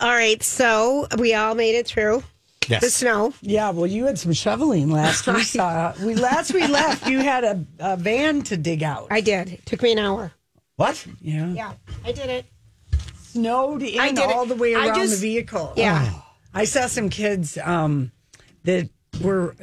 All right, so we all made it through the Yes. snow. Yeah, well, you had some shoveling last we saw. We last we left, you had a, a van to dig out. I did. It took me an hour. What? yeah. Yeah, I did it. snowed in I did it. all the way I around just- the vehicle. Yeah. Oh. I saw some kids um, that were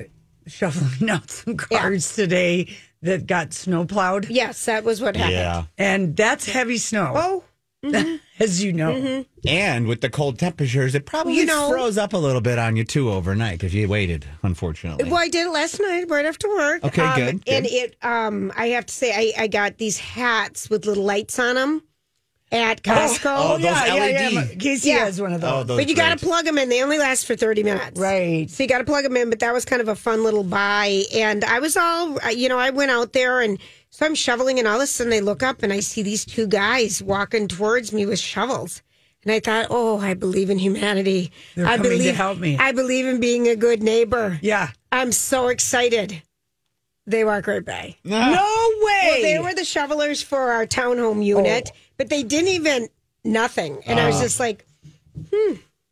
shoveling out some cars today that got snow plowed, Yes, that was what happened. Yeah. and that's heavy snow, Oh, Mm-hmm. as you know. And with the cold temperatures, it probably You know- froze up a little bit on you too overnight because you waited, unfortunately. well, I did it last night right after work. Okay, um, good, And good. it, um, I have to say, I, I got these hats with little lights on them at Costco. oh, those LED. my- Casey Yeah. has one of those. Oh, those but you got to great. plug them in. They only last for 30 minutes. Right. So you got to plug them in, but that was kind of a fun little buy. And I was all, uh, you know, I went out there and so I'm shoveling, and all of a sudden I look up and I see these two guys walking towards me with shovels. And I thought, oh, I believe in humanity. They're I coming to believe, help me. I believe in being a good neighbor. Yeah. I'm so excited. They walk right by. No Well, way. they were the shovelers for our townhome Oh. unit, but they didn't even nothing. And I was just like,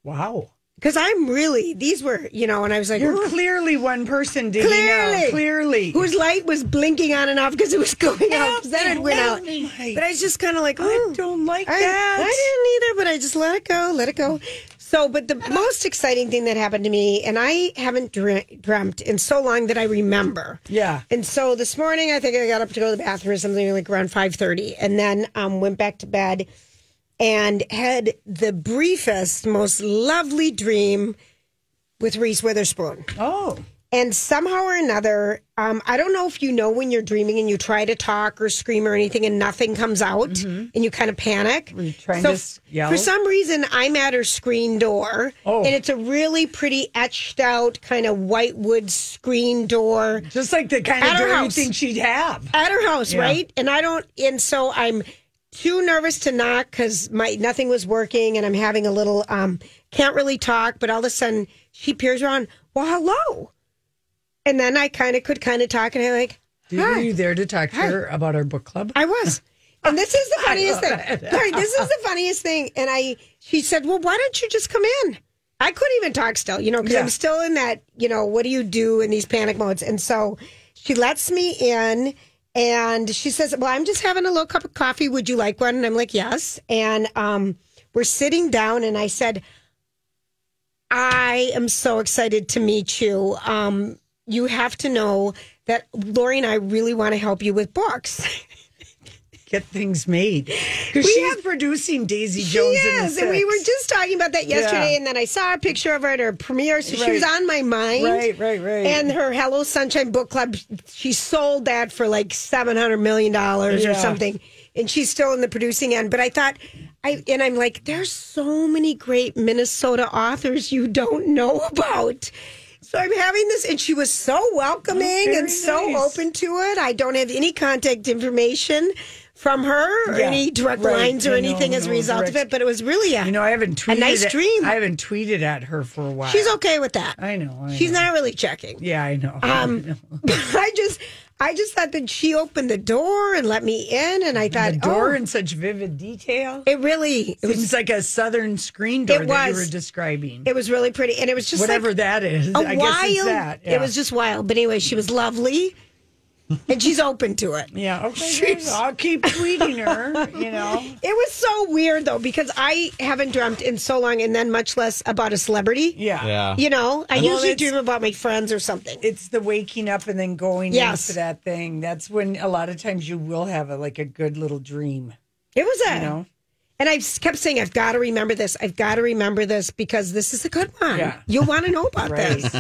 wow. because I'm really these were you know, and I was like, You're "Ooh." clearly one person digging Clearly. out. Clearly. whose light was blinking on and off because it was going out. Help 'cause Then me, it went help out. me. But I was just kind of like, "Oh, I "Ooh." don't like I, that. I didn't either, but I just let it go, let it go. So, but the most exciting thing that happened to me, and I haven't dre- dreamt in so long that I remember. Yeah. And so this morning, I think I got up to go to the bathroom or something like around five thirty, and then um, went back to bed and had the briefest, most lovely dream with Reese Witherspoon. Oh. And somehow or another, um, I don't know if you know when you're dreaming and you try to talk or scream or anything and nothing comes out and you kind of panic. Mm-hmm. Were you trying so to s- yell? For some reason, I'm at her screen door Oh. and it's a really pretty etched out kind of white wood screen door Just like the kind At of our dirty house. thing she'd have. at her house, Yeah. right? And I don't, and so I'm too nervous to knock because my nothing was working, and I'm having a little um can't really talk. But all of a sudden, she peers around. Well, hello, and then I kind of could kind of talk, and I'm like, Dude, Were Hi. you there to talk to Hi. her about our book club? I was. And this is the funniest thing. Sorry, this is the funniest thing. And I, she said, "Well, why don't you just come in?" I couldn't even talk still, you know, because Yeah. I'm still in that, you know, what do you do in these panic modes? And so she lets me in, and she says, "Well, I'm just having a little cup of coffee. Would you like one?" And I'm like, "Yes." And um, we're sitting down, and I said, I am so excited to meet you. Um, you have to know that Lori and I really want to help you with books. Get things made. Because We she's have- producing Daisy She Jones. and the is, and we were Six. just talking about that yesterday, and then I saw a picture of her at her premiere, so she was Right. on my mind. Right, right, right. And her Hello Sunshine book club, she sold that for like seven hundred million dollars or Yeah. something, and she's still in the producing end. But I thought, I and I'm like, there's so many great Minnesota authors you don't know about. So I'm having this, and she was so welcoming Oh, very and so nice. open to it. I don't have any contact information from her or Yeah, any direct right. lines or No, anything as a no result of direct- it. But it was really a, You know, I haven't tweeted. nice at- dream. I haven't tweeted at her for a while. she's okay with that. I know. I she's know. not really checking. Yeah, I know. Um, I just, I just thought that she opened the door and let me in, and I the thought, door oh, in such vivid detail. it really, It it was, was like a southern screen door It that you were was. describing. it was really pretty, and it was just Whatever like that is. a I wild. guess it's that. It was just wild, but anyway, she was lovely. and she's open to it. Yeah, okay. good. I'll keep tweeting her, you know. It was so weird though because I haven't dreamt in so long, and then much less about a celebrity. Yeah. Yeah. You know, I usually it's- dream about my friends or something. It's the waking up and then going Yes. into that thing. That's when a lot of times you will have a, like a good little dream, It was a, you know? and I s- kept saying, I've got to remember this. I've got to remember this because this is a good one. Yeah. You'll want to know about Right. this.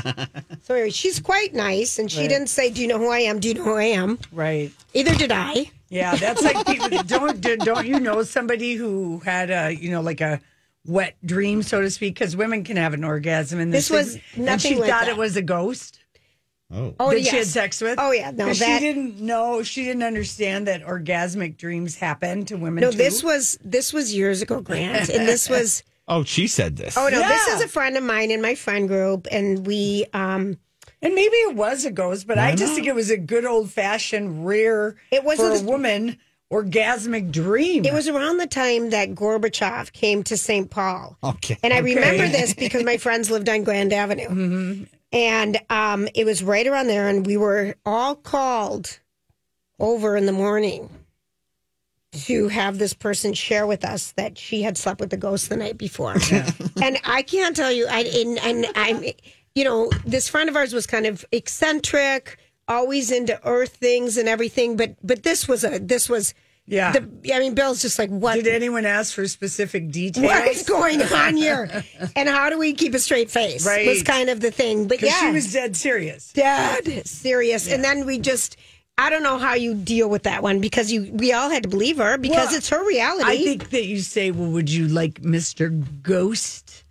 So anyway, she's quite nice, and she Right. didn't say, "Do you know who I am? Do you know who I am?" Right. Either did I. Yeah, that's like people, don't do- don't you know somebody who had a you know like a wet dream so to speak because women can have an orgasm and This was is- and nothing she like thought that. it was a ghost Oh. Oh that yes. she had sex with. Oh, yeah, no, 'Cause that- she didn't know she didn't understand that orgasmic dreams happen to women. no, too. this was this was years ago, Grant, and this was. Oh, she said this. Oh no, this Yeah. is a friend of mine in my friend group, and we um and maybe it was a ghost, but I just think it was a good old fashioned rare. It was for a the- woman orgasmic dream. it was around the time that Gorbachev came to St. Paul. Okay. And I remember this because my friends lived on Grand Avenue. And um, it was right around there, and we were all called over in the morning to have this person share with us that she had slept with the ghost the night before. and I can't tell you, I and, and I'm, you know, this friend of ours was kind of eccentric, always into earth things and everything, but but this was a this was. Yeah. The, I mean, Bill's just like, what? Did anyone ask for specific details? what is going on here? And how do we keep a straight face? Right. Was kind of the thing. But 'Cause yeah, she was dead serious. dead serious. And then we just, I don't know how you deal with that one because you, we all had to believe her because Well, it's her reality. I think that you say, well, would you like Mr. Ghost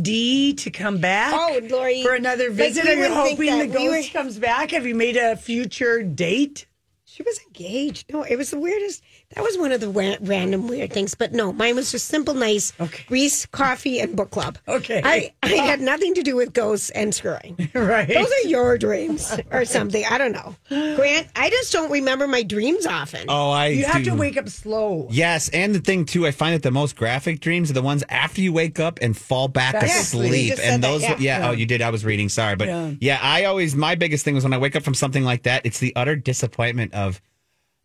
D to come back? Oh, Lori, For another like, visit? we Are you would think hoping the that we ghost were- comes back? Have you made a future date? she was engaged. No, it was the weirdest. That was one of the wa- random weird things. But no, mine was just simple, nice Okay. Reese coffee and book club. Okay. I, I had nothing to do with ghosts and screwing. Right. Those are your dreams or something. I don't know. Grant, I just don't remember my dreams often. Oh, I. you have do- to wake up slow. Yes, and the thing too, I find that the most graphic dreams are the ones after you wake up and fall back Yes, you asleep. just said And that, those, yeah. yeah. Oh, you did. I was reading. Sorry, but Yeah. yeah. I always my biggest thing was when I wake up from something like that. It's the utter disappointment of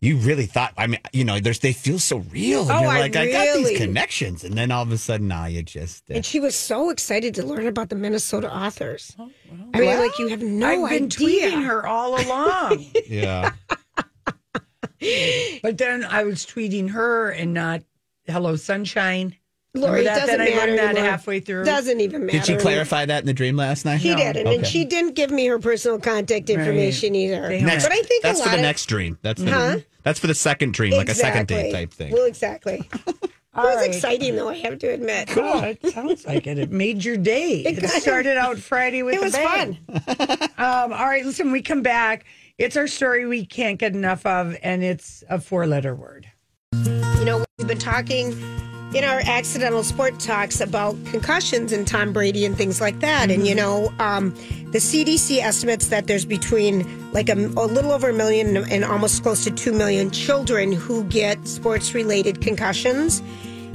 you really thought. I mean, you know, there's they feel so real. And Oh, you're I like, I got really- these connections, and then all of a sudden, nah, you just. uh, And she was so excited to learn about the Minnesota authors. Oh, I mean, like you have no I've been idea. tweeting her all along. yeah. but then I was tweeting her and not Hello Sunshine. Remember Lori, it that? doesn't Then I matter. learned that anymore. halfway through. Doesn't even matter. Did she clarify that in the dream last night? She did, and, and Okay. she didn't give me her personal contact information either. Damn Next- but I think that's a for lot the of, next dream. That's for Huh? the, that's for the second dream, like a second date Exactly. type thing. Well, exactly. it All was right. exciting, though. I have to admit. Oh, it sounds like it. It made your day. It, started out Friday with It a was bang. Um, all right, listen, we come back. It's our story we can't get enough of, and it's a four letter word. You know, we've been talking in our accidental sport talks about concussions and Tom Brady and things like that. And, you know, Mm-hmm. um, the CDC estimates that there's between like a, a little over a million and almost close to 2 million children who get sports related concussions.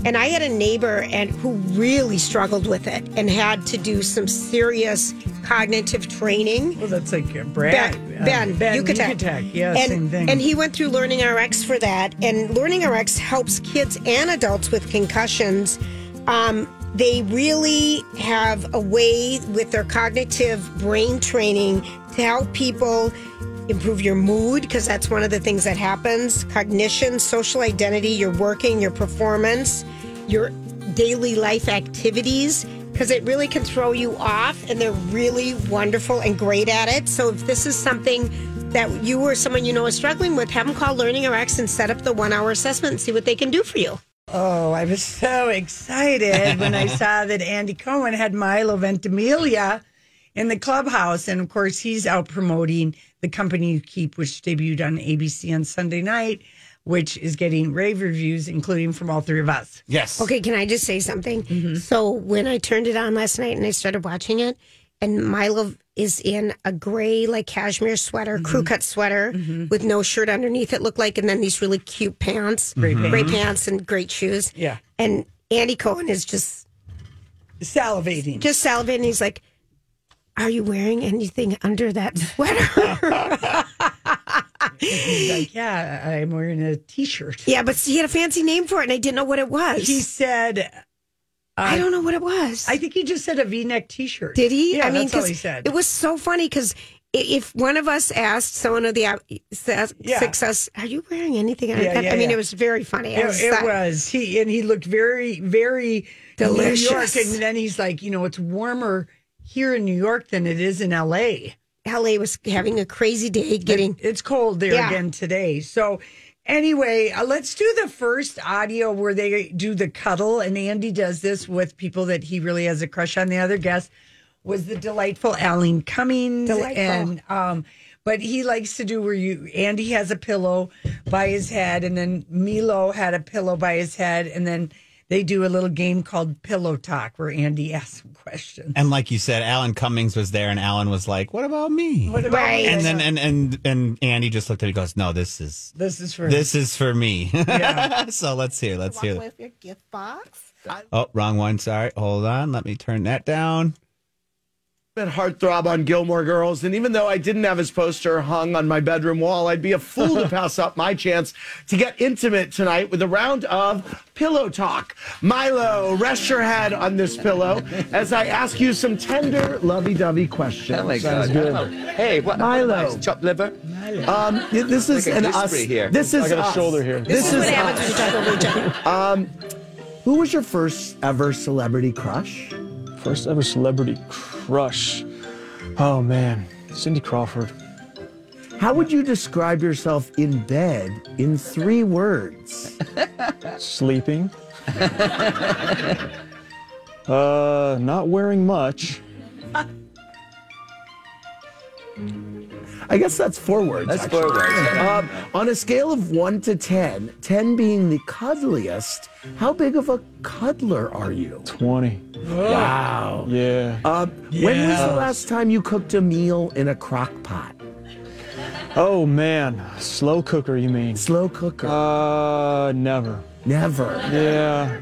And I had a neighbor and who really struggled with it and had to do some serious cognitive training. Well, that's like a Brad. Ben, uh, ben, ben Yucatan. Yucatan. Yeah, and, same thing. And he went through Learning RX for that. And Learning RX helps kids and adults with concussions. Um, they really have a way with their cognitive brain training to help people improve your mood because that's one of the things that happens cognition, social identity, your working, your performance, your daily life activities because it really can throw you off and they're really wonderful and great at it. So if this is something that you or someone you know is struggling with, have them call Learning RX and set up the one hour assessment and see what they can do for you. oh, I was so excited when I saw that Andy Cohen had Milo Ventimiglia in the clubhouse. And of course, he's out promoting The Company You Keep, which debuted on ABC on Sunday night, which is getting rave reviews, including from all three of us. yes. Okay, can I just say something? So when I turned it on last night and I started watching it, and Milo is in a gray like cashmere sweater, crew cut sweater with no shirt underneath. It looked like, and then these really cute pants, gray, pants, and great shoes. Yeah. And Andy Cohen is just Salivating. just salivating. He's like, "Are you wearing anything under that sweater?" He's like, yeah, I'm wearing a T-shirt. Yeah, but he had a fancy name for it, and I didn't know what it was. He said, I don't know what it was. I think he just said a V-neck T-shirt. Did he? Yeah, I mean, that's all 'cause he said. it was so funny because if one of us asked someone of the out- s- Yeah. success, are you wearing anything? like Yeah, that?" yeah, I mean, yeah. it was very funny. I It, was it that- was he, and he looked very, very New York. Delicious. And then he's like, you know, it's warmer here in New York than it is in L.A. LA was having a crazy day getting. It's cold there Yeah. again today. So, anyway, uh, let's do the first audio where they do the cuddle, and Andy does this with people that he really has a crush on. The other guest was the delightful Aline Cummings, Delightful. and um, but he likes to do where you Andy has a pillow by his head, and then Milo had a pillow by his head, and then. They do a little game called Pillow Talk where Andy asks some questions. And like you said, Alan Cummings was there, and Alan was like, "What about me?" What about Right. me? and then and and and Andy just looked at it and goes, "No, this is this is for this is for me." Yeah. so let's hear. Let's walk hear. away with your gift box. Oh, wrong one. Sorry. Hold on. Let me turn that down. been heartthrob on Gilmore Girls, and even though I didn't have his poster hung on my bedroom wall, I'd be a fool to pass up my chance to get intimate tonight with a round of pillow talk. Milo, rest your head on this pillow as I ask you some tender, lovey-dovey questions. Oh my god. Hey, what Milo. nice chopped liver? Um, th- this is Like a an gooseberry us. here. This is I got a us. shoulder here. This, is What happens us. when you talk over each other? Who was your first ever celebrity crush? First ever celebrity crush. Oh man, Cindy Crawford. How would you describe yourself in bed in three words? Sleeping. uh, not wearing much. I guess that's four words. That's actually. four words. Um, on a scale of one to 10, 10 being the cuddliest, how big of a cuddler are you? 20. Wow. Yeah. Um, When was the last time you cooked a meal in a crock pot? Oh man, slow cooker you mean? Slow cooker. Uh, never. Never. Yeah.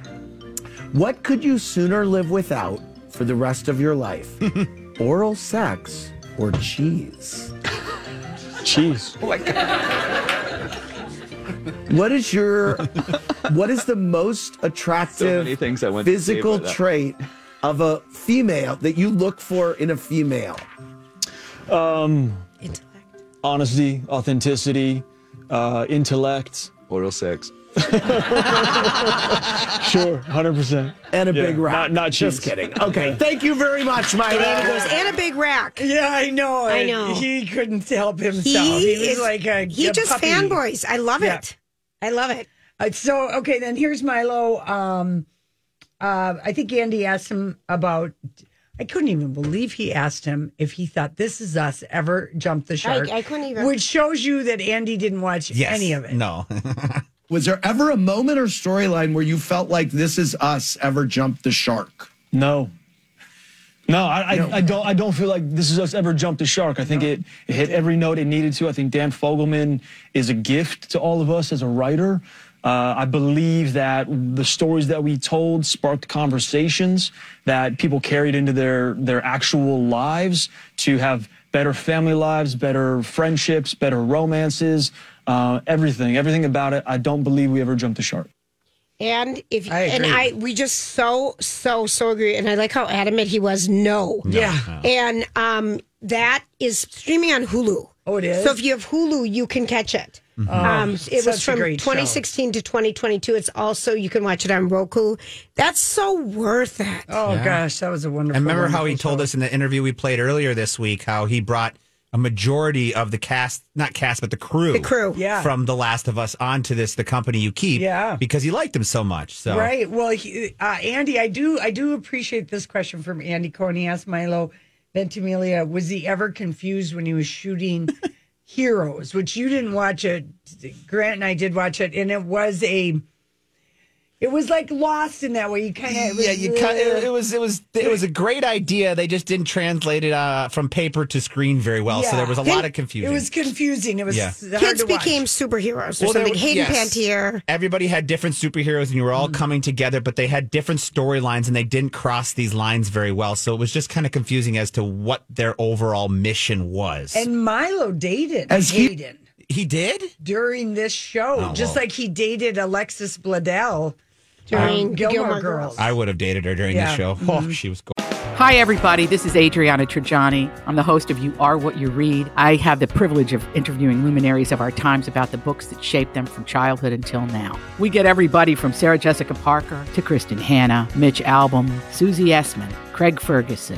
What could you sooner live without for the rest of your life? Oral sex or cheese? Cheese. Oh my god. What is your, what is the most attractive many things I want to say physical about that. trait of a female that you look for in a female? Intellect. Honesty, authenticity, uh, intellect. Oral sex. Sure, 100%. and a Yeah, big rock. Not, not cheese. Just kidding. Okay. Thank you very much, Mike. And he goes, and a big rack. Yeah, I know. I And know. He couldn't help He, himself. He, was is, like a he a just puppy. fanboys. I love Yeah. it. I love it. Uh, so okay, then here's Milo. Um, uh, I think Andy asked him about. I couldn't even believe he asked him if he thought "This Is Us" ever jumped the shark. I couldn't even- Which shows you that Andy didn't watch Yes. any of it. No. Was there ever a moment or storyline where you felt like this is us ever jumped the shark? No. No, I, I, I don't. I don't feel like this is us ever jumped the shark. I think it, it hit every note it needed to. I think Dan Fogelman is a gift to all of us as a writer. Uh, I believe that the stories that we told sparked conversations that people carried into their their actual lives to have better family lives, better friendships, better romances, uh, everything, everything about it. I don't believe we ever jumped the shark. And if I and agree. I we just so so so agree. And I like how adamant he was. No. Yeah. And um, that is streaming on Hulu. Oh, it is? So if you have Hulu, you can catch it. Oh, Um, it such a was from great show. 2016 to 2022. It's also you can watch it on Roku. That's so worth it. Oh gosh, that was a wonderful. And remember how he wonderful told show. us in the interview we played earlier this week how he brought a majority of the cast, not cast, but the crew, the crew. Yeah. from The Last of Us onto this, the company you keep, Yeah. because he liked them so much. So Right. Well, he, uh, Andy, I do I do appreciate this question from Andy Cohen. He asked Milo Ventimiglia, was he ever confused when he was shooting Heroes, which you didn't watch it. Grant and I did watch it, and it was a. It was like lost in that way. You kind of Yeah, you kind it, it was it was it was a great idea. They just didn't translate it uh, from paper to screen very well, so Yeah. there was a lot of confusion. It was confusing. It was Yeah. hard Kids to watch. became superheroes or Well, there something. was- Hayden yes. Pantier. Everybody had different superheroes, and you were all Mm-hmm. coming together, but they had different storylines, and they didn't cross these lines very well. So it was just kind of confusing as to what their overall mission was. and Milo dated As he- Hayden. he did? during this show, Oh, just well. like he dated Alexis Bledel During on Gilmore Gilmore, Girls. I would have dated her during Yeah. Mm-hmm. the show. Oh, she was cool. Hi, everybody. This is Adriana Trajani. I'm the host of You Are What You Read. I have the privilege of interviewing luminaries of our times about the books that shaped them from childhood until now. We get everybody from Sarah Jessica Parker to Kristen Hanna, Mitch Albom, Susie Essman, Craig Ferguson,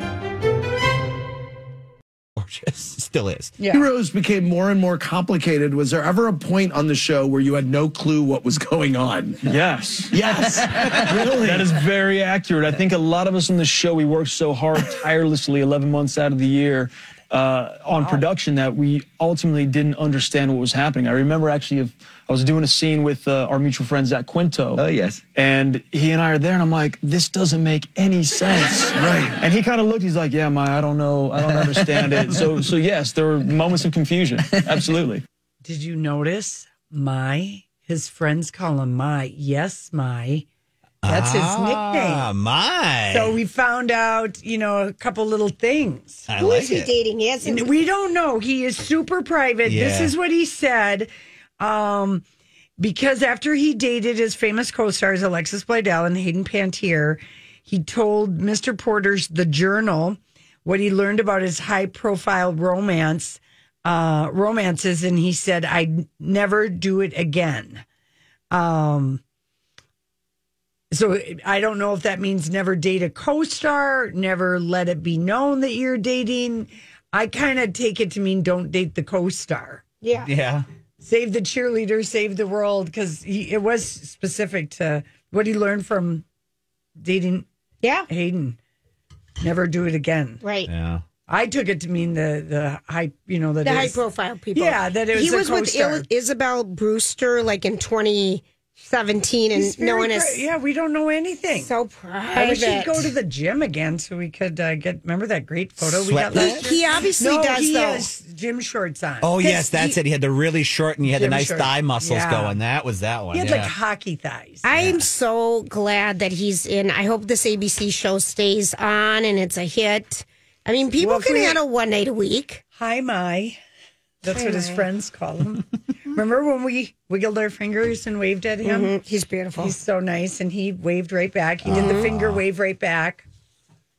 Gorgeous. Still is. Yeah. Heroes became more and more complicated. Was there ever a point on the show where you had no clue what was going on? Yes. Yes. really? That is very accurate. I think a lot of us on the show, we worked so hard, tirelessly, 11 months out of the year uh, on production that we ultimately didn't understand what was happening. I remember actually, if I was doing a scene with uh, our mutual friend, Zach Quinto. Oh, yes. And he and I are there, and I'm like, this doesn't make any sense. Right. And he kind of looked, he's like, yeah, my, I don't know. I don't understand it. So, so yes, there were moments of confusion. Absolutely. Did you notice my? His friends call him my. Yes, my. That's his nickname. Ah, my. So we found out, you know, a couple little things. I Who like is he it. dating? He hasn't. And we don't know. He is super private. This Yeah. is what he said. Um, because after he dated his famous co stars, Alexis Bledel and Hayden Pantier, he told Mr. Porter's The Journal what he learned about his high profile romance uh, romances. And he said, I'd never do it again. Um, so I don't know if that means never date a co-star, never let it be known that you're dating. I kind of take it to mean don't date the co-star. yeah. Yeah. Save the cheerleader, save the world, because it was specific to what he learned from dating Yeah. Hayden. Never do it again. Right. Yeah. I took it to mean the the high, you know, that The it high was- profile people. Yeah, that it was He a was with co-star. Il- Isabel Brewster like in 2017, and He's no very one is pri- Yeah, we don't know anything. so private. I wish he'd go to the gym again so we could uh, get. Remember that great photo we got Sweat. last he, he obviously no, does he though. has gym shorts on. Oh, yes, His- that's he- it. He had the really short and he had the Jim nice short. thigh muscles Yeah. going. That was that one. He had yeah. like hockey thighs. I am so glad that he's in. I hope this ABC show stays on and it's a hit. I mean, people Well, if can we- handle one night a week. Hi, my. That's what his friends call him. Remember when we wiggled our fingers and waved at him? Mm-hmm. He's beautiful. Um, He's so nice, and he waved right back. He did the Ah. finger wave right back.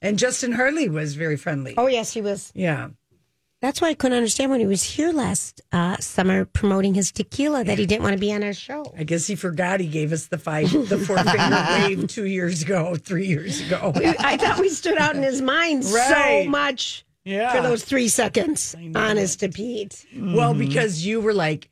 And Justin Hurley was very friendly. oh yes, he was. Yeah. That's why I couldn't understand when he was here last uh, summer promoting his tequila that he didn't want to be on our show. I guess he forgot he gave us the five, the four finger wave two years ago, three years ago. I thought we stood out in his mind Right. so much Yeah. for those three seconds. Honest to Pete, Well, because you were like,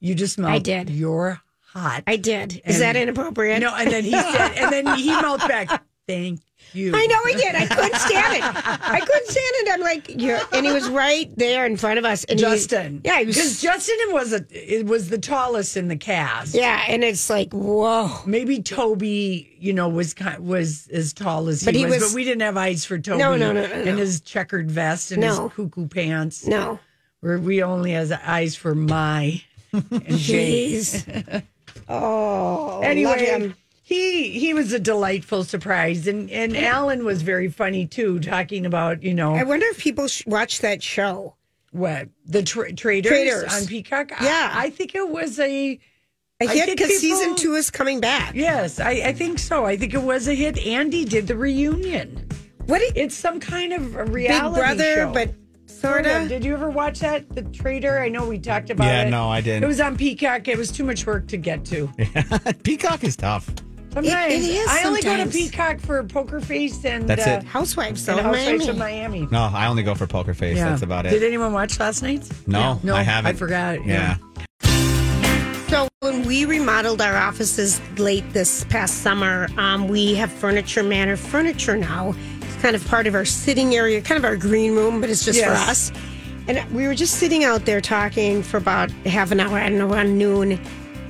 you just smelled. I did. You're hot. I did. Is And- that inappropriate? No, and then he said, and then he mouthed back, "Thank you." I know he did. I couldn't stand it. I couldn't stand it. I'm like, you're, and he was right there in front of us. And he- Justin. yeah, he because was. Justin was a it was the tallest in the cast. yeah, and it's like, whoa. Maybe Toby, you know, was ki- was as tall as he, But he was, was- but we didn't have eyes for Toby. No, no, no, no, And no. his checkered vest and No. his cuckoo pants. No. Where we only has eyes for my and Jay. Jeez. oh. love Anyway, him. he he was a delightful surprise, and and Alan was very funny too, talking about you know I wonder if people sh- watch that show. what the tra- traders, Traders. on Peacock. I- Yeah. I, think it was a I hit think because season people- two is coming back. yes. I, I think so. I think it was a hit. Andy did the reunion. What? A, It's some kind of a Big reality Brother, show. but Sort of. sorta. Did you ever watch that? The Trader. I know we talked about Yeah, it. no, I didn't. It was on Peacock. It was too much work to get to. Peacock is tough. Sometimes it is I only sometimes. go to Peacock for Poker Face and That's uh, it. Housewives, and though, Housewives Miami. of Miami. No, I only go for Poker Face. That's about Did it. anyone watch last night? No, no, I haven't. I forgot. Yeah. So when we remodeled our offices late this past summer, um, we have Furniture Manor furniture now. It's kind of part of our sitting area, kind of our green room, but it's just Yes. for us. And we were just sitting out there talking for about half an hour, I don't know, around noon,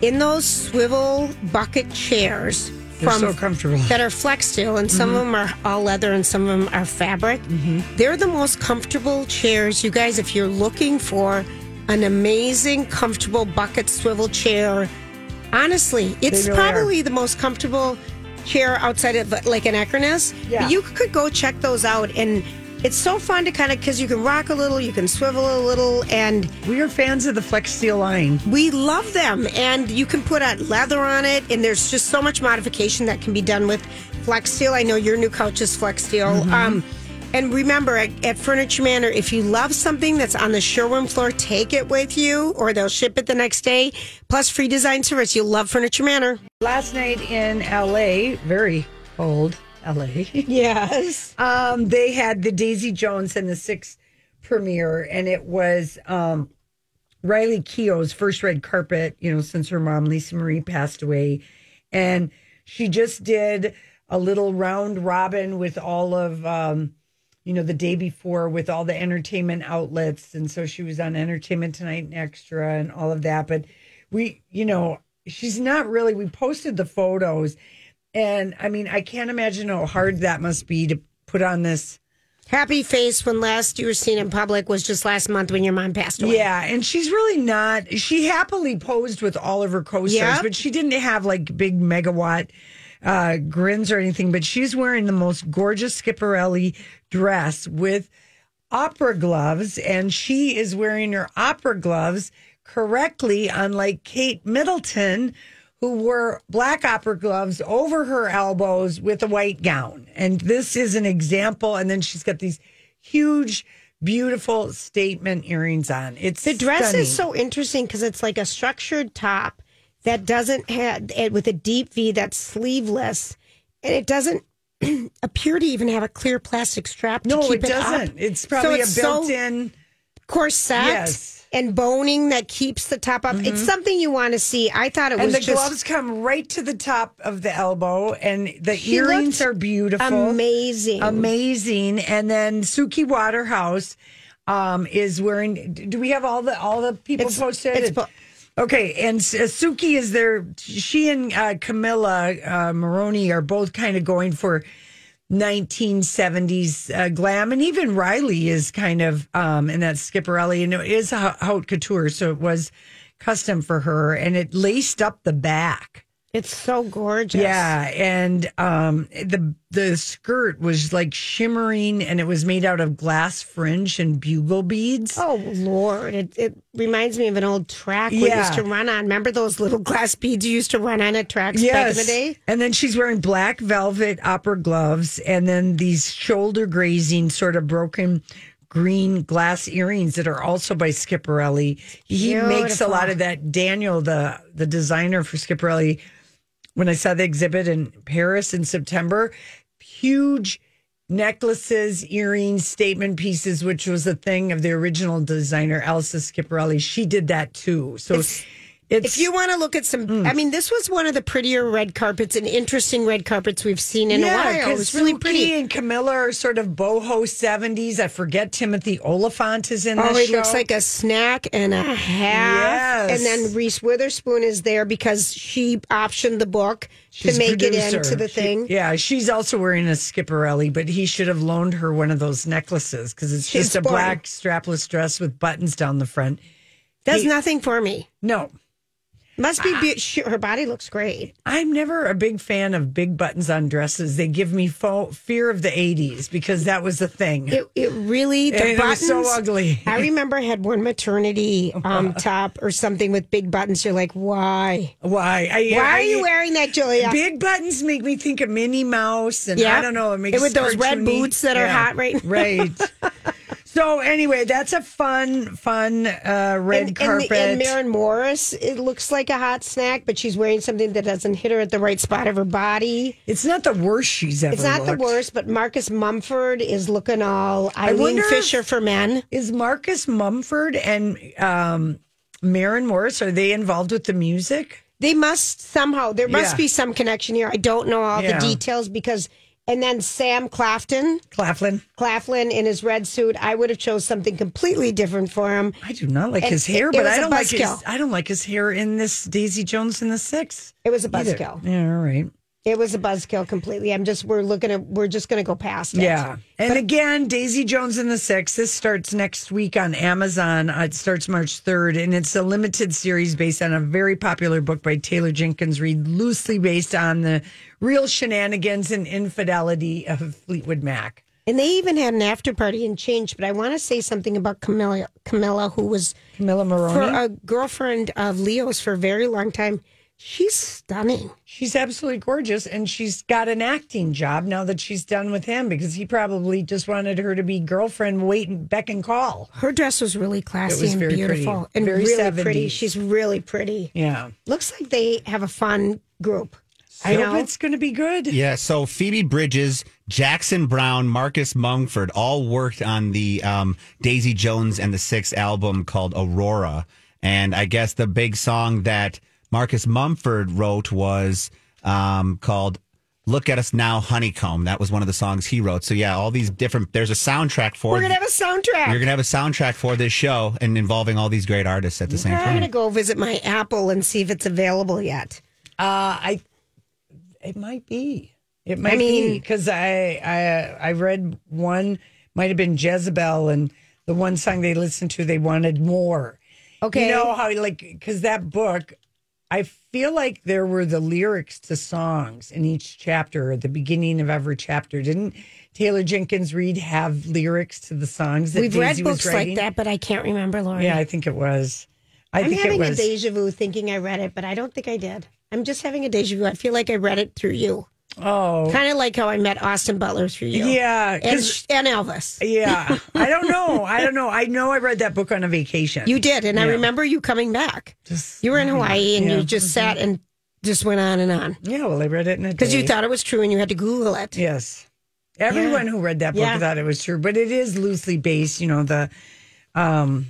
in those swivel bucket chairs They're so comfortable. Mm-hmm. that are flex steel, and some of them are all leather and some of them are fabric. They're the most comfortable chairs, you guys. If you're looking for an amazing, comfortable bucket swivel chair, honestly, it's really are. probably the most comfortable chair outside of like an Acronis. Yeah. But you could go check those out, and it's so fun to kind of because you can rock a little, you can swivel a little, and We are fans of the Flex Steel line. we love them, and you can put a leather on it, and there's just so much modification that can be done with flex steel. I know your new couch is flex steel. Um, and remember, at, at Furniture Manor, if you love something that's on the showroom floor, take it with you, or they'll ship it the next day. Plus, free design service. You love Furniture Manor. Last night in LA, very cold LA. Yes. Um, they had the Daisy Jones and the Six premiere, and it was um, Riley Keough's first red carpet, you know, since her mom, Lisa Marie, passed away. And she just did a little round robin with all of, um, you know, the day before with all the entertainment outlets. And so she was on Entertainment Tonight and Extra and all of that. But we, you know, she's not really, we posted the photos. And I mean, I can't imagine how hard that must be to put on this. Happy face when last you were seen in public was just last month when your mom passed away. Yeah, and she's really not. She happily posed with all of her co-stars, Yep. but she didn't have like big megawatt uh, grins or anything. But she's wearing the most gorgeous Schiparelli dress with opera gloves, and she is wearing her opera gloves correctly, unlike Kate Middleton, who wore black opera gloves over her elbows with a white gown. And this is an example. And then she's got these huge, beautiful statement earrings on. It's The dress is stunning. so interesting because it's like a structured top that doesn't have it with a deep V that's sleeveless, and it doesn't appear to even have a clear plastic strap. To no, keep it it, up. doesn't. It's probably so it's a so built-in. corset Yes. Mm-hmm. and boning that keeps the top up. It's something you want to see. I thought it And was the just gloves come right to the top of the elbow, and the She earrings looked are beautiful. amazing. amazing. And then Suki Waterhouse um, is wearing. Do we have all the all the people It's- posted? it's po- okay, and S- uh, Suki is there. She and uh, Camilla uh, Maroney are both kind of going for 1970s uh, glam, and even Riley is kind of um, and that's Skipperelli, and it is ha- haute couture, so it was custom for her, and it laced up the back. It's so gorgeous. Yeah, and um, the the skirt was like shimmering, and it was made out of glass fringe and bugle beads. Oh Lord! It, it reminds me of an old track we Yeah. used to run on. Remember those little glass beads you used to run on at tracks back in the day? And then she's wearing black velvet opera gloves, and then these shoulder grazing sort of broken green glass earrings that are also by Skipperelli. He makes a Beautiful. lot of that. Daniel, the the designer for Skipperelli, when I saw the exhibit in Paris in September, huge necklaces, earrings, statement pieces, which was a thing of the original designer Elsa Skipperelli. She did that too. So it's, Mm. If you want to look at some, I mean, this was one of the prettier red carpets and interesting red carpets we've seen in a while. It 'cause was really Suki pretty. And Camilla are sort of boho seventies. I forget Timothy Oliphant is in. Oh, this he looks show. like a snack and a half. Yes. And then Reese Witherspoon is there because she optioned the book She's to make it producer. into the She- thing. yeah, she's also wearing a Skipperelli, but he should have loaned her one of those necklaces because it's She's just a sporty. black strapless dress with buttons down the front. Does He- Ah. nothing for me. No, Must be, be- she, her body looks great. I'm never a big fan of big buttons on dresses. They give me fo- fear of the 80s because that was the thing. It, it really the And it was buttons so ugly. I remember I had one maternity um, top or something with big buttons. You're like, why? Why? I, Why I- are you wearing that, Julia? Big buttons make me think of Minnie Mouse, and I Yep. don't know. It makes And with those red cartoony- boots that are hot right now. Right. So anyway, that's a fun, fun uh, red and, and carpet. the- And, Maren Morris, it looks like a hot snack, but she's wearing something that doesn't hit her at the right spot of her body. it's not the worst she's ever. It's not looked. the worst, but Marcus Mumford is looking all Eileen wonder if- Fisher for men. Is Marcus Mumford and um, Maren Morris are they involved with the music? They must somehow. There must Yeah. be some connection here. I don't know all Yeah. the details because. And then Sam Clafton, Claflin. Claflin in his red suit. I would have chose something completely different for him. I do not like And his hair, it but was I a don't like his. buzzkill. I don't like his hair in this Daisy Jones in the Six. It was a either. buzzkill. Yeah, all right. It was a buzzkill completely. I'm just we're looking at we're just going to go past it. Yeah. And again, Daisy Jones and the Six. This starts next week on Amazon. Uh, It starts March 3rd, and it's a limited series based on a very popular book by Taylor Jenkins Reid, loosely based on the real shenanigans and infidelity of Fleetwood Mac. And they even had an after party and changed. But I want to say something about Camilla, Camilla, who was Camilla for Maroney. a girlfriend of Leo's for a very long time. She's stunning. she's absolutely gorgeous, and she's got an acting job now that she's done with him because he probably just wanted her to be girlfriend, wait and beck and call. Her dress was really classy It was and very pretty. beautiful and Very really 70s. pretty. She's really pretty. Yeah. Looks like they have a fun group. I You hope know? it's going to be good. Yeah, so Phoebe Bridges, Jackson Brown, Marcus Mumford all worked on the um, Daisy Jones and the Six album called Aurora. And I guess the big song that Marcus Mumford wrote was um, called Look at Us Now, Honeycomb. That was one of the songs he wrote. So, yeah, all these different, there's a soundtrack for We're gonna have a soundtrack. You're going to have a soundtrack for this show and involving all these great artists at the same I'm gonna time. go visit my Apple and see if it's available yet. Uh, I it might be. It might mean- be because I I I read one might have been Jezebel and the one song they listened to they wanted more. Okay. you know how like because that book, I feel like there were the lyrics to songs in each chapter at the beginning of every chapter. Didn't Taylor Jenkins Reid have lyrics to the songs that We've Daisy read was books writing? like that, but I can't remember, Lauren. Yeah, I think it was. I I'm think having it a was. deja vu thinking I read it, but I don't think I did. I'm just having a deja vu. I feel like I read it through you. oh, Kind of like how I met Austin Butler through you. yeah, And, 'cause- sh- and Elvis. Yeah. I don't know. I don't know. I know I read that book on a vacation. You did. And I Yeah. remember you coming back. Just- you were in Hawaii and Yeah. you just sat and just went on and on Yeah, well, I read it in a because you day. thought it was true and you had to Google it. Yes. Everyone who read that book Yeah. thought it was true, but it is loosely based, you know, the um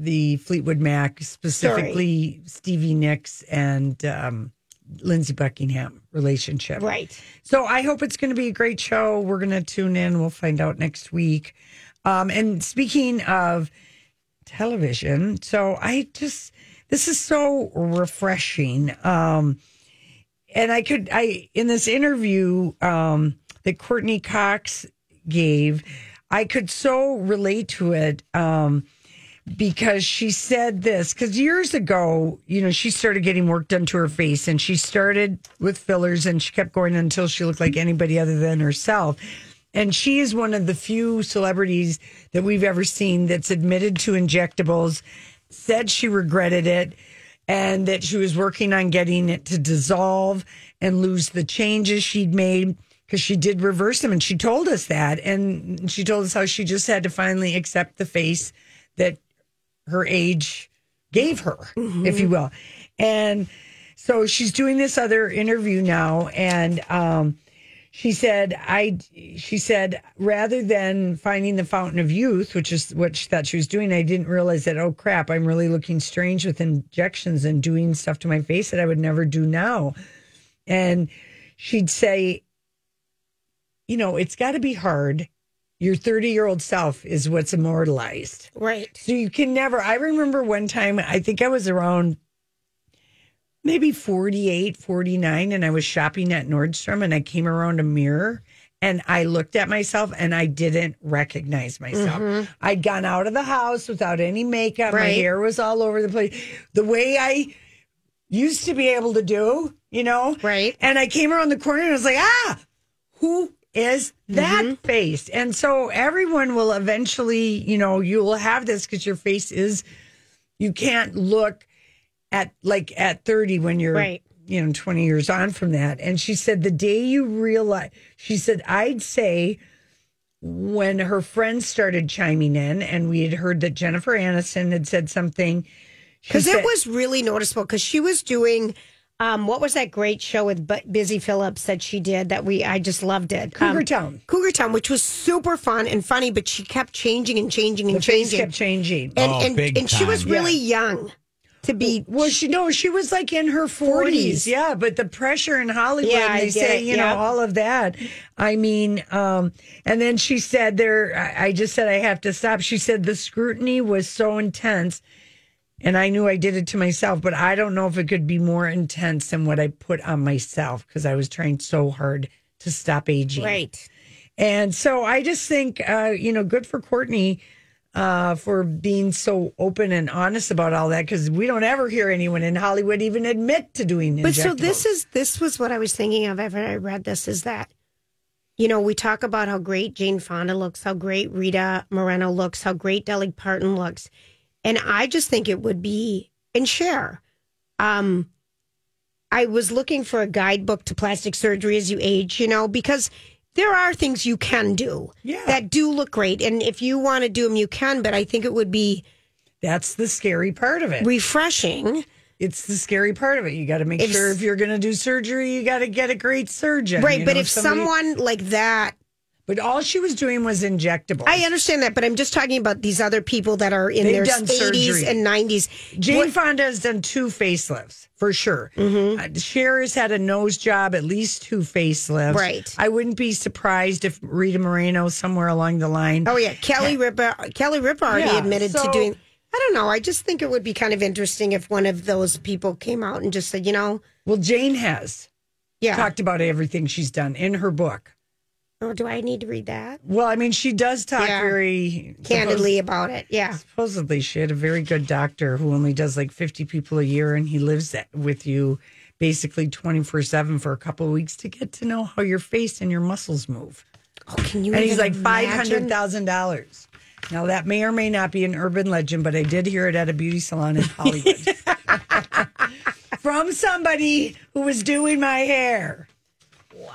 the Fleetwood Mac, specifically Stevie Nicks and um Lindsey Buckingham relationship. Right. So I hope it's going to be a great show. We're going to tune in. We'll find out next week. Um, and speaking of television, so I just this is so refreshing. Um, and I could I in this interview um, that Courtney Cox gave, I could so relate to it. Um, because she said this because years ago, you know, she started getting work done to her face and she started with fillers and she kept going until she looked like anybody other than herself. And she is one of the few celebrities that we've ever seen that's admitted to injectables, said she regretted it, and that she was working on getting it to dissolve and lose the changes she'd made because she did reverse them. And she told us that. And she told us how she just had to finally accept the face that her age gave her, if you will. And so she's doing this other interview now, and um, she said, "I." She said, rather than finding the fountain of youth, which is what she thought she was doing, I didn't realize that. Oh crap! I'm really looking strange with injections and doing stuff to my face that I would never do now. And she'd say, you know, it's got to be hard. Your 30 year old self is what's immortalized. Right. So you can never. I remember one time, I think I was around maybe 48, 49, and I was shopping at Nordstrom and I came around a mirror and I looked at myself and I didn't recognize myself. I'd gone out of the house without any makeup. My Right. hair was all over the place. The way I used to be able to do, you know? Right. And I came around the corner and I was like, ah, who is that Mm-hmm. face? And so everyone will eventually, you know, you will have this because your face is, you can't look at like at 30 when you're, Right. you know, 20 years on from that. And she said, the day you realize, she said, I'd say when her friends started chiming in, and we had heard that Jennifer Aniston had said something. she Because said- it was really noticeable because she was doing. Um, what was that great show with Bu- Busy Phillips that she did that we I just loved it Cougar Um, Town. Cougar Town which was super fun and funny but she kept changing and changing and The face changing kept changing. and Oh, and, big and she was time. really young to be Well, she no, she was like in her 40s. 40s. Yeah, but the pressure in Hollywood, Yeah, and I they get say, it, you yeah. know, all of that. I mean, um, and then she said there, I, I just said I have to stop. She said the scrutiny was so intense. And I knew I did it to myself, but I don't know if it could be more intense than what I put on myself because I was trying so hard to stop aging. right And so I just think, uh, you know, good for Courtney uh, for being so open and honest about all that because we don't ever hear anyone in Hollywood even admit to doing But so this injectables. is this was what I was thinking of after I read this is that you know we talk about how great Jane Fonda looks, how great Rita Moreno looks, how great Dolly Parton looks, and I just think it would be and share. Um, I was looking for a guidebook to plastic surgery as you age, you know, because there are things you can do Yeah. that do look great, and if you want to do them, you can. But I think it would be That's the scary part of it. refreshing. it's the scary part of it. You got to make If sure s- if you're going to do surgery, you got to get a great surgeon. Right, you but know, if somebody- someone like that But all she was doing was injectable. I understand that, but I'm just talking about these other people that are in They've their done 80s surgery. and 90s. Jane What- Mm-hmm. Fonda has done two facelifts for sure. Uh, Cher has had a nose job, at least two facelifts. Right. I wouldn't be surprised if Rita Moreno somewhere along the line. oh yeah, Kelly Ripa. Kelly Ripa already Yeah, admitted so- to doing. I don't know. I just think it would be kind of interesting if one of those people came out and just said, you know, Well, Jane has yeah. talked about everything she's done in her book. oh, do I need to read that Well, I mean, she does talk Yeah. very candidly about it? Yeah. supposedly she had a very good doctor who only does like 50 people a year and he lives at- with you basically 24-7 for a couple of weeks to get to know how your face and your muscles move Oh, can you? and he's even like imagine? $500000 now that may or may not be an urban legend but i did hear it at a beauty salon in hollywood from somebody who was doing my hair wow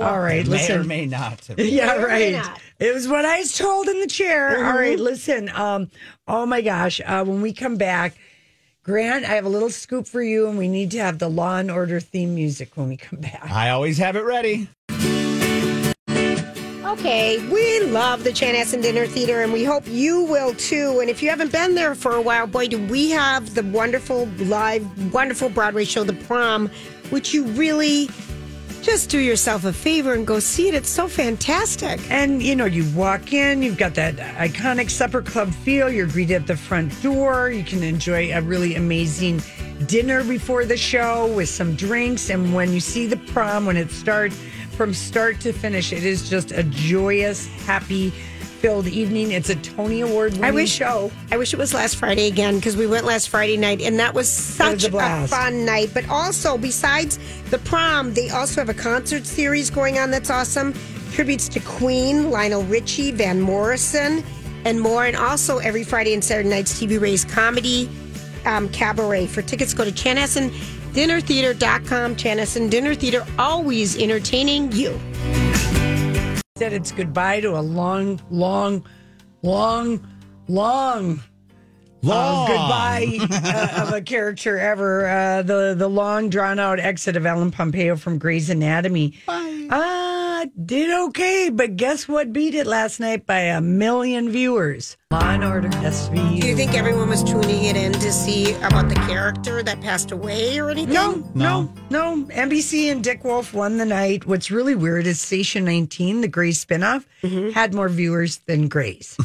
all right May listen or may not. yeah, Why right. not? It was what I was told in the chair. All right, listen. Um, oh my gosh, uh, when we come back, Grant, I have a little scoop for you, and we need to have the Law and Order theme music when we come back. I always have it ready. Okay, we love the Chanhassen Dinner Theater, and we hope you will too. And if you haven't been there for a while, boy, do we have the wonderful live, wonderful Broadway show, The Prom, which you really just do yourself a favor and go see it. It's so fantastic. And you know, you walk in, you've got that iconic supper club feel. You're greeted at the front door. You can enjoy a really amazing dinner before the show with some drinks. And when you see the prom, when it starts from start to finish, it is just a joyous, happy, filled evening. It's a Tony Award winning I wish oh, show. I wish it was last Friday again because we went last Friday night, and that was was such a a, blast. fun night. But also, besides the prom, they also have a concert series going on that's awesome. Tributes to Queen, Lionel Richie, Van Morrison, and more. And also every Friday and Saturday nights, TV Ray's comedy um, cabaret. For tickets, go to ChanessonDinnerTheater.com. Chanessendinner Dinner Theater, always entertaining you. Said it's goodbye to a long, long, long, long Long. Oh. of goodbye uh, of a character ever. Uh, the the long drawn out exit of Ellen Pompeo from Grey's Anatomy. Uh, did okay, but guess what beat it last night by a million viewers? Law and Order SVU. Do you think everyone was tuning it in to see about the character that passed away or anything? No, no, no. NBC and Dick Wolf won the night. What's really weird is Station 19, the Grey's spinoff, Mm-hmm. had more viewers than Grey's.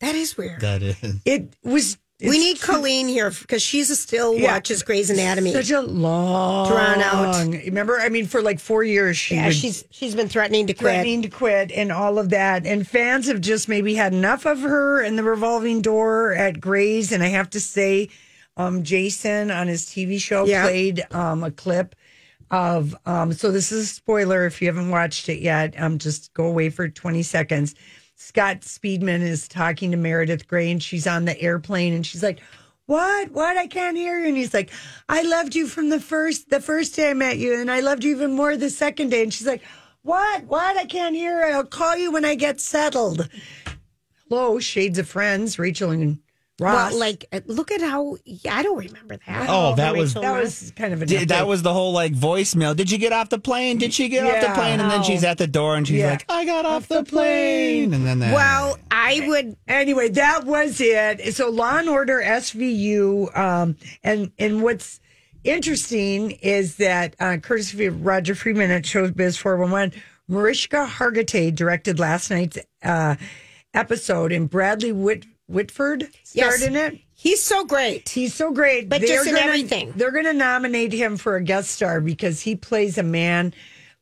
That is weird. That is. It was. we it's need Colleen here because she's still Yeah. watches Grey's Anatomy. Such a long Drawn out. Remember, I mean, for like four years, she yeah, would she's she's been threatening to quit. threatening to quit and all of that. And fans have just maybe had enough of her and the revolving door at Gray's. And I have to say, um, Jason on his TV show Yeah. played um, a clip of. Um, so this is a spoiler if you haven't watched it yet. Um, just go away for twenty seconds. Scott Speedman is talking to Meredith Gray, and she's on the airplane, and she's like. What? What? I can't hear you. And he's like, I loved you from the first the first day I met you, and I loved you even more the second day. And she's like, What? What? I can't hear. I'll call you when I get settled. Hello, Shades of Friends, Rachel and Ross. Well, like, uh, look at how I don't remember that. Oh, that was- that was kind of an Did, update. that was the whole like voicemail. Did you get off the plane? Did she get off the Yeah. plane? And then she's at the door and she's Yeah. like, I got off the plane. And then uh, that. Well, I would. anyway, that was it. So Law and Order SVU, um, and and what's interesting is that uh, courtesy of Roger Freeman at Showbiz Four One One, Mariska Hargitay directed last night's uh, episode, and Bradley Whit- Whitford starred Yes. in it. He's so great. He's so great, But They're just in gonna- everything. They're going to nominate him for a guest star because he plays a man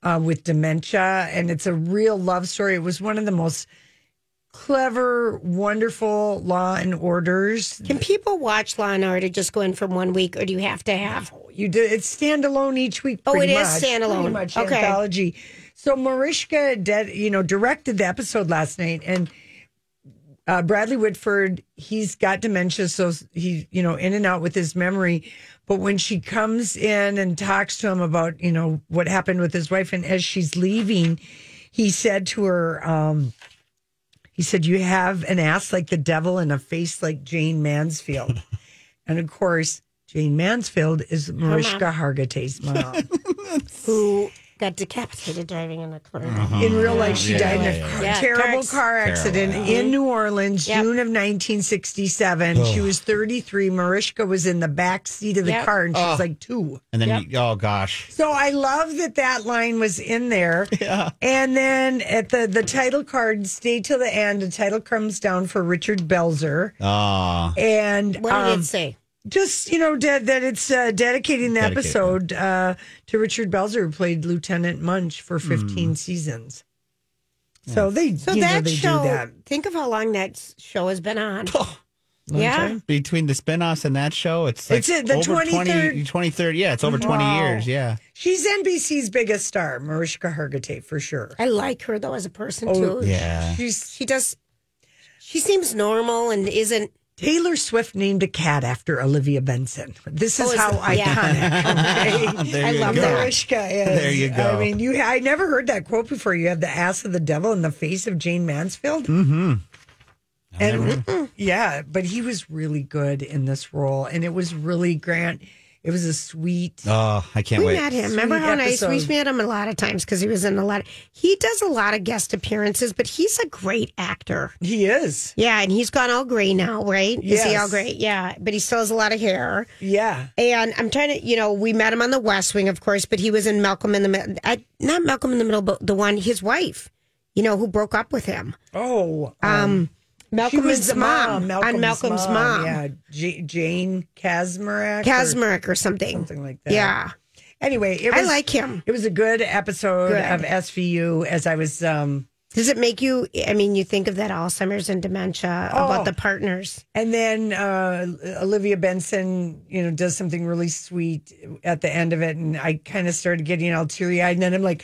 uh, with dementia, and it's a real love story. It was one of the most clever, wonderful Law and Orders. Can people watch Law and Order just going from one week, or do you have to have? You do it's standalone each week. Oh, pretty it is much. standalone. Pretty much Okay. anthology. So Mariska, did, you know, directed the episode last night, and uh, Bradley Whitford, he's got dementia, so he, you know, in and out with his memory. But when she comes in and talks to him about, you know, what happened with his wife, and as she's leaving, he said to her, um, he said, "You have an ass like the devil and a face like Jane Mansfield," and of course, Jane Mansfield is Mariska Hargitay's mom. Who got decapitated driving in a car? in real life, she Oh, Yeah, died in a yeah, car- yeah. terrible Yeah, car accident in New Orleans, Yep. June of 1967. She was 33. Mariska was in the back seat of the Yep. car, and she was like two. and then, you, oh gosh. So I love that that line was in there. Yeah. And then at the the title card, stay till the end. The title comes down for Richard Belzer, Ah, and What did um, it say? just you know dad, that it's uh, dedicating the Dedicated. episode uh, to Richard Belzer, who played Lieutenant Munch for Hmm. 15 seasons. So they, So you know, that they show. do that. Think of how long that s- show has been on. yeah. between the spinoffs and that show, it's like It's it, the over 23rd 23rd. Yeah, it's over 20 years. Yeah. She's NBC's biggest star, Mariska Hargitay, for sure. I like her though as a person Oh, too. Yeah. She's she does. She seems normal and isn't. Taylor Swift named a cat after Olivia Benson. This is Oh, is how it? iconic. okay? There I you love go. that. Mariska is. There you I go. mean, you. I never heard that quote before. You have the ass of the devil and the face of Jane Mansfield. Mm-hmm. And yeah, but he was really good in this role, and it was really Grant. It was a sweet. Oh, I can't We wait. met him. Remember Sweet how nice episode. we met him a lot of times because he was in a lot. Of, he does a lot of guest appearances, but he's a great actor. He is. Yeah, and he's gone all gray now, right? Is he Yes. all gray? Yeah, but he still has a lot of hair. Yeah. And I'm trying to, you know, we met him on the West Wing, of course, but he was in Malcolm in the Middle. Not Malcolm in the Middle, but the one his wife, you know, who broke up with him. Oh. Um, She Malcolm's was the mom, Malcolm's on Malcolm's mom, Yeah, J- Jane Kazmarek. or Kazmarek or something. something like that. Yeah, Anyway, it I was, like him. It was a good episode Good. of SVU. As I was, um, Does it make you? I mean, you think of that Alzheimer's and dementia Oh. about the partners. and then uh, Olivia Benson, you know, does something really sweet at the end of it, and I kind of started getting all teary eyed, and then I'm like.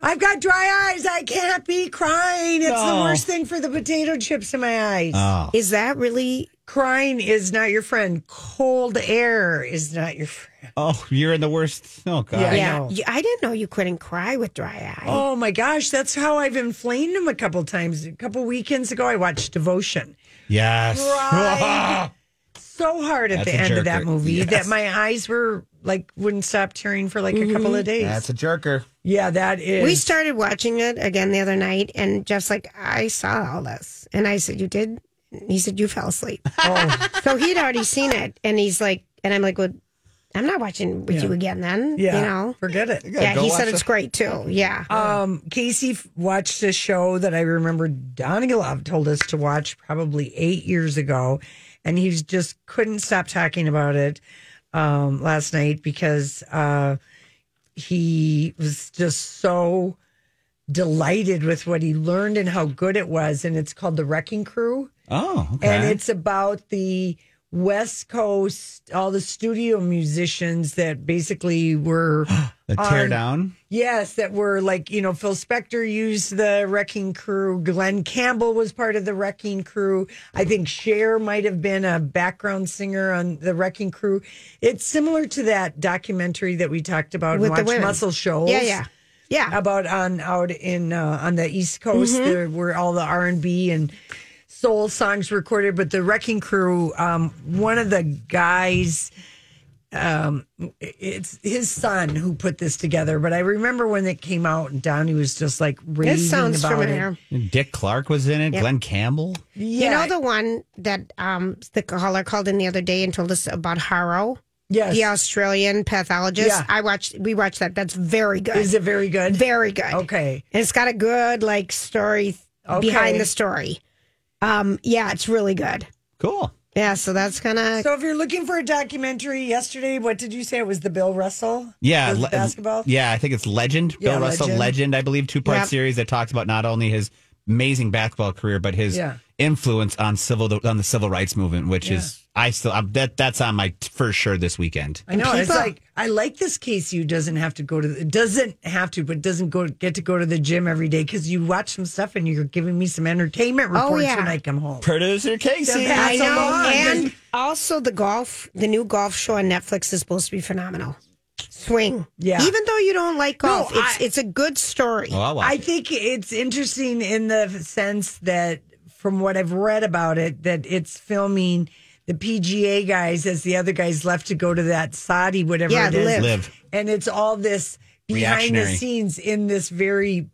I've got dry eyes. I can't be crying. It's the No. worst thing for the potato chips in my eyes. Oh. Is that really? crying is not your friend. Cold air is not your friend. oh, you're in the worst. Oh, God. Yeah. I yeah, know. You- I didn't know you couldn't cry with dry eye. Oh my gosh, that's how I've inflamed him a couple times. A couple weekends ago, I watched Devotion Yes. Right. so hard at That's the a end of that jerker. movie Yes. that my eyes were like wouldn't stop tearing for like a couple of days. Mm-hmm. That's a jerker. yeah, that is. We started watching it again the other night, and Jeff's like, I saw all this. And I said, You did? And he said, You fell asleep. Oh. so he'd already seen it. And he's like, And I'm like, Well, I'm not watching with you again then. yeah, You know? forget it. Yeah, go he watch said the- it's great too. Yeah. Um, Casey f- watched a show that I remember Donigilov told us to watch probably eight years ago, and he just couldn't stop talking about it um, last night because uh, he was just so delighted with what he learned and how good it was. And it's called The Wrecking Crew, Oh, okay. and it's about the West Coast, all the studio musicians that basically were. the Um, tear down. Yes, that were like, you know, Phil Spector used the wrecking crew. Glenn Campbell was part of the wrecking crew. I think Cher might have been a background singer on the wrecking crew. It's similar to that documentary that we talked about With the and watched women. Muscle Shoals. yeah, yeah. Yeah. about on out in uh, on the East Coast Mhm. there were all the R and B and soul songs recorded. But the Wrecking Crew, um, one of the guys, um, it's his son who put this together. But I remember when it came out, and Donnie was just like raving sounds about familiar. it. Dick Clark was in it. Yep. Glenn Campbell. Yeah, You know the one that um, the caller called in the other day and told us about Harrow, yes, the Australian pathologist. Yeah. I watched. We watched that. That's very good. is it very good? very good. Okay. And it's got a good like story Okay. behind the story. Um, yeah, it's really good. Cool. Yeah, so that's gonna. So if you're looking for a documentary, yesterday, what did you say? It was the Bill Russell. Yeah, the le- uh, basketball. Yeah, I think it's Legend. Yeah, Bill Russell, Legend. Legend. I believe, two part Yep. series that talks about not only his amazing basketball career but his Yeah. influence on civil on the civil rights movement, which is I still I'm, that that's on my t- for sure this weekend. I know. it's people- like I like this case. You doesn't have to go to. The, doesn't have to, but doesn't go get to go to the gym every day because you watch some stuff and you're giving me some entertainment Oh, reports yeah. when I come home. Producer Casey. Yeah. I That's a know, lot. and also the golf, the new golf show on Netflix is supposed to be phenomenal. Swing, Yeah. Even though you don't like No, golf, it's I- it's a good story. Oh, I'll watch I it. think it's interesting in the sense that, from what I've read about it, that it's filming the PGA guys as the other guys left to go to that Saudi whatever Yeah, it is, live. Live. and it's all this behind the Reactionary. scenes in this very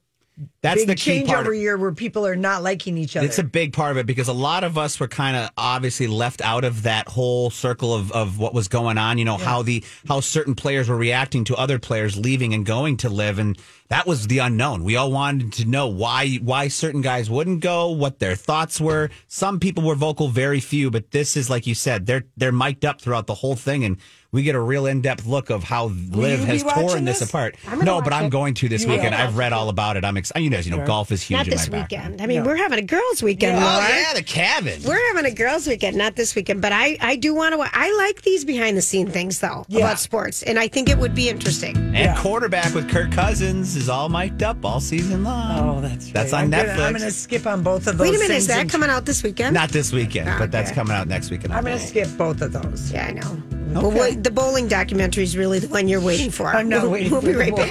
That's big the key part. changeover year where people are not liking each other. It's a big part of it because a lot of us were kind of obviously left out of that whole circle of, of what was going on. You know how the how certain players were reacting to other players leaving and going to live, and that was the unknown. We all wanted to know why why certain guys wouldn't go, what their thoughts were. Some people were vocal, very few, but this is like you said, they're they're mic'd up throughout the whole thing, and we get a real in depth look of how Live you be has watching torn this, this? apart. No, but I'm going to this weekend. I've read all about it. I'm excited. You guys, you know, golf is huge. Not in this my background. weekend. I mean, we're having a girls' weekend. Oh Laura. yeah, the cabin. We're having a girls' weekend, not this weekend, but I, I do want to. I like these behind the scene things though about sports, and I think it would be interesting. And quarterbac with Kirk Cousins is all mic'd up all season long. Oh, that's That's right. on I'm Netflix. Gonna, I'm going to skip on both of those. Wait a minute, things is that and- coming out this weekend? Not this weekend, but that's coming out next weekend. I'm going to skip both of those. yeah, I know. But wait, the bowling documentary is really the one you're waiting for. I'm not We'll- waiting We'll for be the right bowl. back.